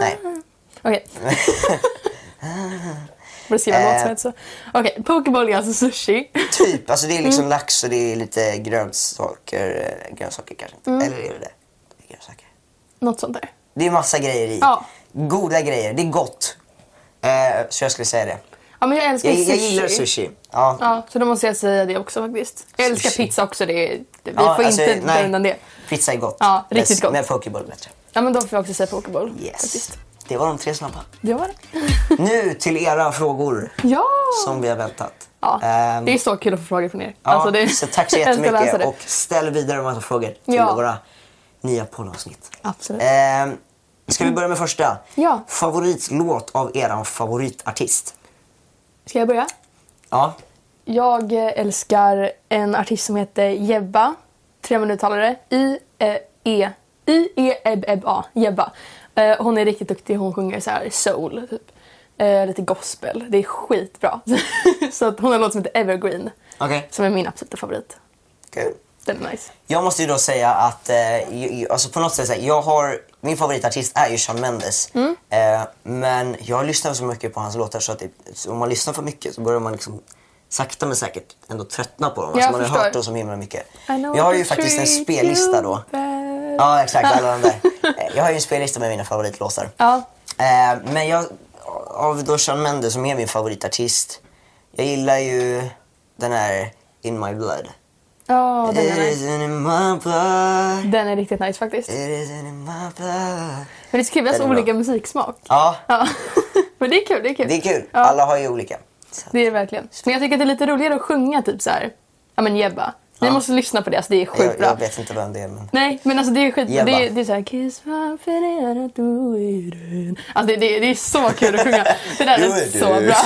Speaker 1: Nej.
Speaker 2: Okej. Borde skriva
Speaker 1: Eh.
Speaker 2: låt som heter så. Okej, pokeball är alltså sushi.
Speaker 1: Typ, alltså det är
Speaker 2: Mm.
Speaker 1: liksom lax och det är lite grönsaker. eh, Grönsaker kanske
Speaker 2: Mm.
Speaker 1: inte. Eller är det det? det är grönsaker.
Speaker 2: Något sånt där.
Speaker 1: Det är massa grejer i.
Speaker 2: Ja.
Speaker 1: Goda grejer. Det är gott. Eh, så jag skulle säga det.
Speaker 2: Ja, men jag älskar
Speaker 1: Jag,
Speaker 2: ju sushi.
Speaker 1: jag gillar sushi. Ja.
Speaker 2: Ja, så då måste jag säga det också faktiskt. Jag älskar
Speaker 1: Sushi.
Speaker 2: pizza också. Det är, vi
Speaker 1: Ja,
Speaker 2: får
Speaker 1: alltså,
Speaker 2: inte
Speaker 1: nej.
Speaker 2: ta undan det.
Speaker 1: Pizza är gott.
Speaker 2: Ja, riktigt
Speaker 1: men,
Speaker 2: gott.
Speaker 1: Men pokeball är bättre.
Speaker 2: Ja, men då får jag också säga pokeball.
Speaker 1: Yes.
Speaker 2: Faktiskt.
Speaker 1: Det var de tre snabba.
Speaker 2: Det var det.
Speaker 1: Nu till era frågor
Speaker 2: Ja!
Speaker 1: som vi har väntat.
Speaker 2: ja.
Speaker 1: Ehm,
Speaker 2: det är så kul att få frågor från er.
Speaker 1: ja,
Speaker 2: Alltså, det-
Speaker 1: så tack så
Speaker 2: jag älskar att läsa
Speaker 1: jättemycket
Speaker 2: det.
Speaker 1: och ställ vidare en massa frågor till
Speaker 2: Ja.
Speaker 1: våra nya poddavsnitt.
Speaker 2: Absolut.
Speaker 1: Ehm, ska vi börja med första?
Speaker 2: Ja.
Speaker 1: Favoritlåt av eran favoritartist?
Speaker 2: Ska jag börja?
Speaker 1: Ja.
Speaker 2: Jag eh, älskar en artist som heter Jebba, treminutalare, i eh, E. I E Eb Eb A, Jebba. Eh, hon är riktigt duktig, hon sjunger så här soul, typ. Eh, lite gospel, det är skitbra. så att hon har en låt som heter Evergreen,
Speaker 1: Okej,
Speaker 2: som är min absoluta favorit.
Speaker 1: kul.
Speaker 2: Den är nice.
Speaker 1: Jag måste ju då säga att eh, ju- ju- alltså på något sätt, så här, jag har, min favoritartist är ju Shawn Mendes.
Speaker 2: Mm.
Speaker 1: Eh, men jag lyssnar så mycket på hans låtar så att det, så om man lyssnar för mycket så börjar man liksom sakta men säkert ändå tröttna på dem.
Speaker 2: Jag
Speaker 1: Alltså man har ju
Speaker 2: förstår.
Speaker 1: hört dem så himla mycket.
Speaker 2: I know
Speaker 1: Jag har
Speaker 2: I
Speaker 1: ju faktiskt en
Speaker 2: treat
Speaker 1: spellista
Speaker 2: you
Speaker 1: då.
Speaker 2: bad.
Speaker 1: Ja exakt, alla de där. Eh, Jag har ju en spellista med mina favoritlåtar.
Speaker 2: Ja.
Speaker 1: Eh, men jag, av då Shawn Mendes som är min favoritartist, jag gillar ju den här In My Blood.
Speaker 2: Ja, den
Speaker 1: It
Speaker 2: är nice.
Speaker 1: isn't in my blood.
Speaker 2: Den är riktigt nice faktiskt.
Speaker 1: It isn't in my blood.
Speaker 2: Men det skrivs
Speaker 1: Den är bra.
Speaker 2: olika musiksmak.
Speaker 1: Ja,
Speaker 2: Ja. Men det är kul, det är kul.
Speaker 1: det är kul.
Speaker 2: Ja.
Speaker 1: Alla har ju olika. Så.
Speaker 2: Det är det verkligen. Men jag tycker att det är lite roligare att sjunga typ så här. Ja men Jebba. Ni måste lyssna på det, alltså, det är
Speaker 1: Jag,
Speaker 2: sjukt bra.
Speaker 1: jag vet inte vem det är men...
Speaker 2: Nej men alltså det är skit... Det,
Speaker 1: Jebba.
Speaker 2: är- det är såhär Kiss my feet and I do it in. Alltså det, det, det är så kul att sjunga. Det där
Speaker 1: Jo,
Speaker 2: är
Speaker 1: du.
Speaker 2: så bra.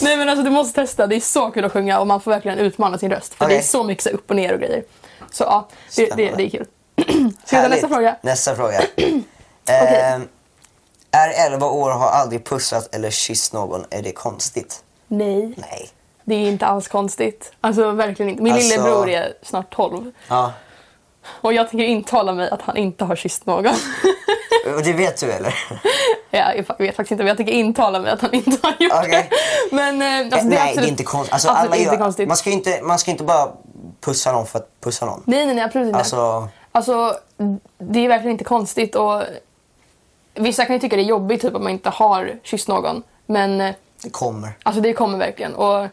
Speaker 2: Nej men alltså du måste testa, det är så kul att sjunga och man får verkligen utmana sin röst. För
Speaker 1: Okej.
Speaker 2: det är så mycket så här upp och ner och grejer. Så ja, det, det, det är kul. Ska vi ta nästa
Speaker 1: Härligt.
Speaker 2: fråga?
Speaker 1: Nästa fråga.
Speaker 2: Okej.
Speaker 1: Ehm, är 11 år och har aldrig pussat eller kysst någon, är det konstigt?
Speaker 2: Nej.
Speaker 1: Nej.
Speaker 2: Det är inte alls konstigt. Alltså verkligen inte. Min
Speaker 1: Alltså-
Speaker 2: lillebror är snart 12.
Speaker 1: Ja.
Speaker 2: Och jag tänker intala mig att han inte har kysst någon.
Speaker 1: Och Det vet du eller?
Speaker 2: Ja, jag fa- vet faktiskt inte, men jag tänker intala mig att han inte har gjort
Speaker 1: Okej.
Speaker 2: det. Men eh, alltså, det
Speaker 1: Nej,
Speaker 2: är absolut,
Speaker 1: det är inte konstigt. Alltså,
Speaker 2: absolut
Speaker 1: alla
Speaker 2: inte
Speaker 1: gör...
Speaker 2: konstigt.
Speaker 1: Man, ska ju inte, man ska ju inte bara pussa någon för att pussa någon.
Speaker 2: Nej, nej, nej, absolut inte. Alltså...
Speaker 1: Alltså,
Speaker 2: det är verkligen inte konstigt. Och... Vissa kan ju tycka det är jobbigt typ, om man inte har kysst någon. Men eh,
Speaker 1: det kommer.
Speaker 2: alltså, det kommer verkligen. Och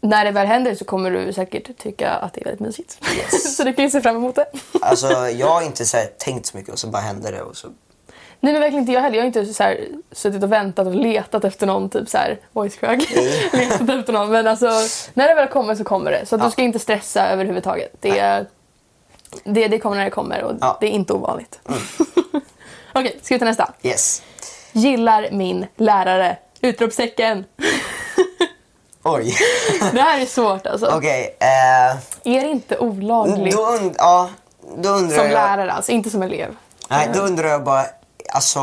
Speaker 2: när det väl händer så kommer du säkert tycka att det är väldigt mysigt. så du kan ju se fram emot det.
Speaker 1: Alltså, jag har inte så här, tänkt så mycket och så bara händer det. Och så...
Speaker 2: Nej men verkligen inte jag heller. Jag har inte så här, suttit och väntat och letat efter någon typ så här voicekrög.
Speaker 1: Mm.
Speaker 2: letat efter någon. Men alltså när det väl kommer så kommer det. Så att
Speaker 1: Ja.
Speaker 2: du ska inte stressa överhuvudtaget. Det, är- det, det kommer när det kommer och
Speaker 1: Ja. Mm.
Speaker 2: det är inte ovanligt. Okej, ska vi ta nästa?
Speaker 1: Yes.
Speaker 2: Gillar min lärare! Utropstecken!
Speaker 1: Oj.
Speaker 2: Det här är svårt alltså.
Speaker 1: Okej. eh,
Speaker 2: Är det inte olagligt
Speaker 1: Då, und- ja, då undrar
Speaker 2: som
Speaker 1: jag...
Speaker 2: lärare alltså? Inte som elev.
Speaker 1: Nej, då undrar jag bara, alltså,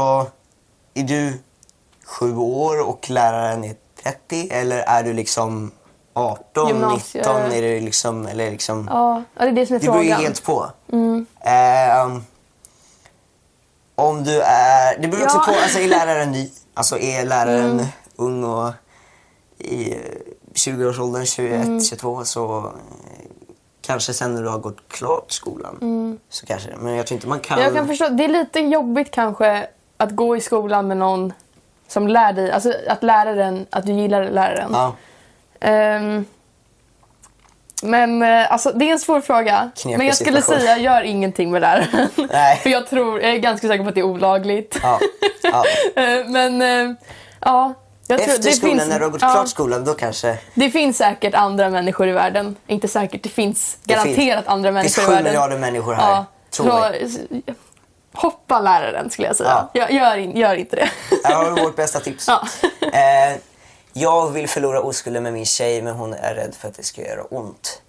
Speaker 1: är du sju år och läraren är 30 eller är du liksom 18,
Speaker 2: Gymnasie-
Speaker 1: 19, är du liksom, eller liksom...
Speaker 2: Ja, ja, det är det som är Mm.
Speaker 1: det beror ju
Speaker 2: frågan.
Speaker 1: helt på. Ehm, du är... Det beror också
Speaker 2: Ja. Mm.
Speaker 1: på, alltså är läraren ny? Alltså är läraren ung och i eh, 20-årsåldern, 21,
Speaker 2: Mm.
Speaker 1: 22 så eh, kanske sen när du har gått klart skolan så kanske det. Men jag tror inte man kan...
Speaker 2: Mm. Jag kan förstå, det är lite jobbigt kanske att gå i skolan med någon som lär dig, alltså att läraren, att du gillar läraren.
Speaker 1: Ja,
Speaker 2: Ehm, men eh, alltså, det är en svår fråga.
Speaker 1: Knepig
Speaker 2: men jag skulle
Speaker 1: situation.
Speaker 2: säga, gör ingenting med läraren.
Speaker 1: Nej.
Speaker 2: För jag tror, jag är ganska säker på att det är olagligt.
Speaker 1: ja, ja.
Speaker 2: Eh, men eh, ja, jag tror
Speaker 1: Efter skolan, när du har gått
Speaker 2: ja,
Speaker 1: klart skolan, då kanske...
Speaker 2: Det finns säkert andra människor i världen. Inte säkert, det finns garanterat
Speaker 1: finns-
Speaker 2: andra
Speaker 1: Det finns
Speaker 2: människor i
Speaker 1: 7
Speaker 2: världen.
Speaker 1: miljarder människor här. Tror mig.
Speaker 2: så- hoppa läraren skulle jag säga.
Speaker 1: Ja.
Speaker 2: Gör, gör, in, gör inte det.
Speaker 1: Här har vi vårt bästa tips.
Speaker 2: Ja.
Speaker 1: Eh, jag vill förlora oskulden med min tjej men hon är rädd för att det ska göra ont.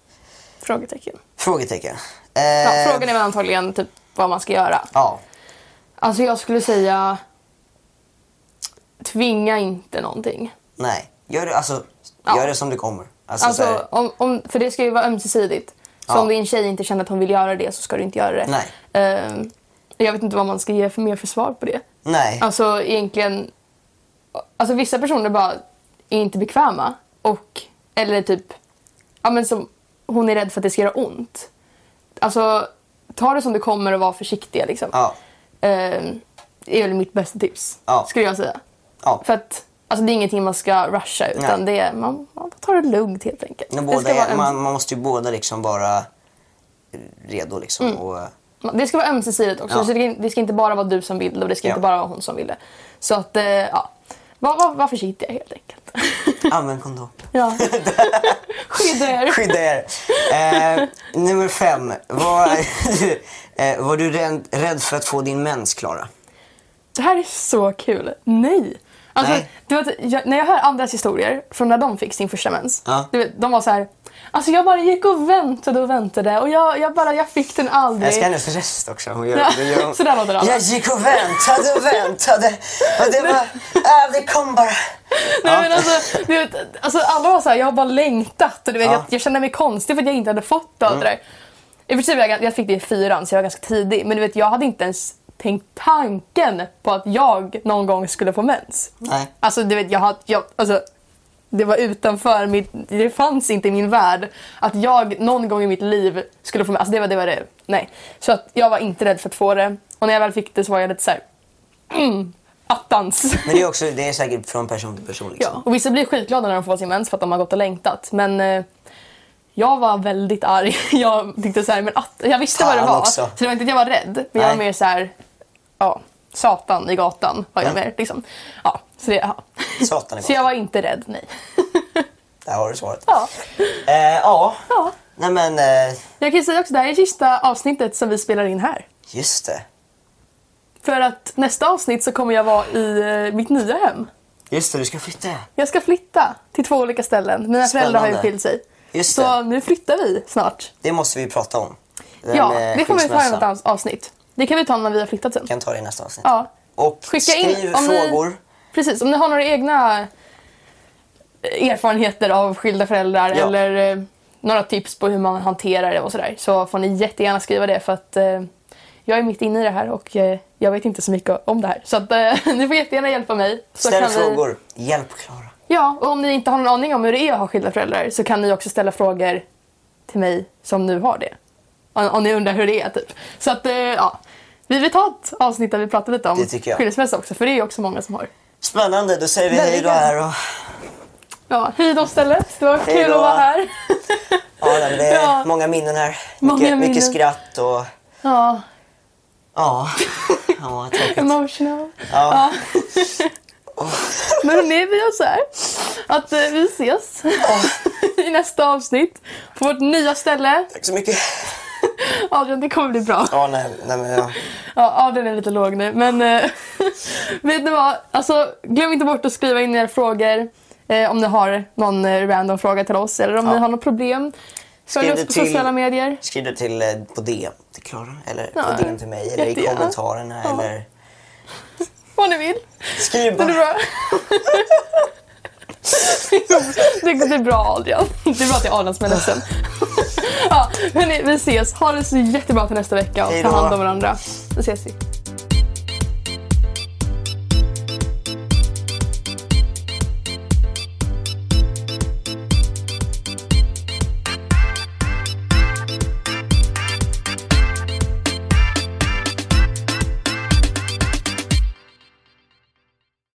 Speaker 2: Frågetecken.
Speaker 1: Frågetecken.
Speaker 2: Ja,
Speaker 1: Eh,
Speaker 2: Frågan är väl antagligen typ vad man ska göra.
Speaker 1: Ja.
Speaker 2: Alltså jag skulle säga tvinga inte någonting.
Speaker 1: Nej. Gör det, alltså,
Speaker 2: Ja.
Speaker 1: gör det som det kommer. Alltså, så här,
Speaker 2: Alltså, om, om, för det ska ju vara ömsesidigt. Så
Speaker 1: Ja.
Speaker 2: om din tjej inte känner att hon vill göra det så ska du inte göra det.
Speaker 1: Nej.
Speaker 2: Ehm, jag vet inte vad man ska ge för mer för svar på det.
Speaker 1: nej.
Speaker 2: Alltså egentligen, alltså vissa personer bara är inte bekväma. Och, eller typ, ja men som, hon är rädd för att det ska göra ont. Alltså ta det som det kommer och var försiktiga liksom.
Speaker 1: Ja.
Speaker 2: Ehm, det är väl mitt bästa tips,
Speaker 1: Ja.
Speaker 2: skulle jag säga.
Speaker 1: ja.
Speaker 2: För att alltså, det är ingenting man ska rusha utan det är, man, man tar det lugnt helt enkelt.
Speaker 1: När
Speaker 2: det,
Speaker 1: båda
Speaker 2: ska vara
Speaker 1: är,
Speaker 2: öms-
Speaker 1: man, man måste ju båda liksom vara redo liksom.
Speaker 2: Mm.
Speaker 1: Och,
Speaker 2: man- det ska vara ömsesidigt också.
Speaker 1: Ja.
Speaker 2: Så det, det ska inte bara vara du som vill det och det ska
Speaker 1: Ja.
Speaker 2: inte bara vara hon som vill det. Så att, eh, ja. Var, var, var försiktiga helt enkelt.
Speaker 1: använd kondom.
Speaker 2: ja. Skydda er.
Speaker 1: Skydda er. Eh, nummer fem. Var, eh, var du rädd, rädd för att få din mens, Klara?
Speaker 2: Det här är så kul. Nej. Alltså,
Speaker 1: Nej.
Speaker 2: Du vet, jag, när jag hör andras historier från när de fick sin första mens.
Speaker 1: Ja.
Speaker 2: Du vet, de var så här. Alltså jag bara gick och väntade och väntade och jag, jag bara, jag fick den aldrig.
Speaker 1: Jag älskar hennes röst också. Hon gör,
Speaker 2: Ja,
Speaker 1: det gör hon.
Speaker 2: så där låter alla.
Speaker 1: Jag gick och väntade och väntade och det var... Äh, det kom bara.
Speaker 2: Nej, men alltså, du vet, alltså, alla var så här, jag har bara längtat. Och du vet,
Speaker 1: Ja. Mm.
Speaker 2: jag, jag kände mig konstig för att jag inte hade fått det. och allt det där. I och för sig, var jag, jag fick det i fyran, så jag var ganska tidig. Men du vet, jag hade inte ens tänkt tanken på att jag någon gång skulle få mens.
Speaker 1: Nej.
Speaker 2: Alltså, du vet, jag, hade- jag, alltså, det var utanför mitt... Det fanns inte i min värld att jag någon gång i mitt liv skulle få mens. Alltså, det var det. Var det. Nej. Så att jag var inte rädd för att få det. Och när jag väl fick det så var jag lite så här... Mm, attans.
Speaker 1: Men det är, också, det är säkert från person till person. Liksom.
Speaker 2: Ja, och vissa blir skitglada när de får sin mens för att de har gått och längtat. Men eh, jag var väldigt arg. Jag tyckte så här, men att, jag visste vad det
Speaker 1: Fan
Speaker 2: var.
Speaker 1: också.
Speaker 2: Så det var inte att jag var rädd, men jag var
Speaker 1: Nej.
Speaker 2: mer så här, ja, satan i gatan var jag
Speaker 1: Mm.
Speaker 2: mer liksom. Ja, så det, ja.
Speaker 1: Satan i
Speaker 2: Så jag
Speaker 1: gatan.
Speaker 2: var inte rädd, nej.
Speaker 1: Där har du svaret.
Speaker 2: Ja.
Speaker 1: Eh, ja.
Speaker 2: Ja.
Speaker 1: Nej men, eh,
Speaker 2: Jag kan ju säga också, det här är sista avsnittet som vi spelar in här.
Speaker 1: just det.
Speaker 2: För att nästa avsnitt så kommer jag vara i eh, mitt nya hem.
Speaker 1: Just det, du ska flytta.
Speaker 2: Jag ska flytta till två olika ställen. Mina föräldrar har ju
Speaker 1: Spännande.
Speaker 2: skilt sig.
Speaker 1: Just
Speaker 2: Så
Speaker 1: det.
Speaker 2: nu flyttar vi snart.
Speaker 1: Det måste vi prata om. Den,
Speaker 2: Ja,
Speaker 1: eh,
Speaker 2: det får vi ta i
Speaker 1: skilsmässan.
Speaker 2: något annat avsnitt. Det kan vi ta när vi har flyttat sen.
Speaker 1: kan ta det i nästa avsnitt.
Speaker 2: Ja.
Speaker 1: Och
Speaker 2: Skicka in
Speaker 1: skriv
Speaker 2: om ni-
Speaker 1: frågor.
Speaker 2: Precis, om ni har några egna eh, erfarenheter av skilda föräldrar
Speaker 1: Ja.
Speaker 2: eller eh, några tips på hur man hanterar det och sådär så får ni jättegärna skriva det för att eh, jag är mitt inne i det här och eh, jag vet inte så mycket om det här. Så att, eh, ni får jättegärna hjälpa mig. Så
Speaker 1: Ställ
Speaker 2: kan Vi...
Speaker 1: frågor. Hjälp Klara.
Speaker 2: Ja, och om ni inte har någon aning om hur det är att ha skilda föräldrar så kan ni också ställa frågor till mig som nu har det. Om, om ni undrar hur det är, typ. Så att, eh, ja. Vi vill ta ett avsnitt där vi pratar lite om
Speaker 1: Det tycker jag.
Speaker 2: skilsmässa också, för det är ju också många som har.
Speaker 1: Spännande, då säger vi hej då
Speaker 2: Verkligen.
Speaker 1: här. Och...
Speaker 2: Ja, hej då stället. Det var
Speaker 1: Hej
Speaker 2: kul
Speaker 1: då.
Speaker 2: att vara här.
Speaker 1: Ja, nej, men det är
Speaker 2: Ja.
Speaker 1: många minnen här. Mycket,
Speaker 2: Många minnen.
Speaker 1: mycket skratt och...
Speaker 2: ja,
Speaker 1: Ja, ja tråkigt.
Speaker 2: emotional.
Speaker 1: Ja.
Speaker 2: Men nu vi gör så här att eh, vi ses i nästa avsnitt på vårt nya ställe.
Speaker 1: Tack så mycket.
Speaker 2: Adrian, det kommer bli bra.
Speaker 1: Ja, nej, nej men ja.
Speaker 2: Ja, Adrian är lite låg nu. Men eh, vet ni vad? Alltså, glöm inte bort att skriva in era frågor. Eh, om ni har någon eh, random fråga till oss eller om
Speaker 1: Ja.
Speaker 2: ni har något problem. Följ
Speaker 1: Skriv
Speaker 2: oss
Speaker 1: det
Speaker 2: på
Speaker 1: till-
Speaker 2: sociala medier.
Speaker 1: Skriv det till, eh, på DM till Klara eller
Speaker 2: Ja,
Speaker 1: på DM till mig eller i
Speaker 2: jättegärna.
Speaker 1: kommentarerna
Speaker 2: Ja.
Speaker 1: eller...
Speaker 2: Vad ni vill.
Speaker 1: Skriv
Speaker 2: Det är
Speaker 1: bara.
Speaker 2: bra. Det det är bra Adrian. Det är bra att jag är Adrian som är ledsen. Ja, hörni, vi ses. Ha det så jättebra till nästa vecka och
Speaker 1: Hej
Speaker 2: ta
Speaker 1: då.
Speaker 2: hand om varandra. Då ses vi.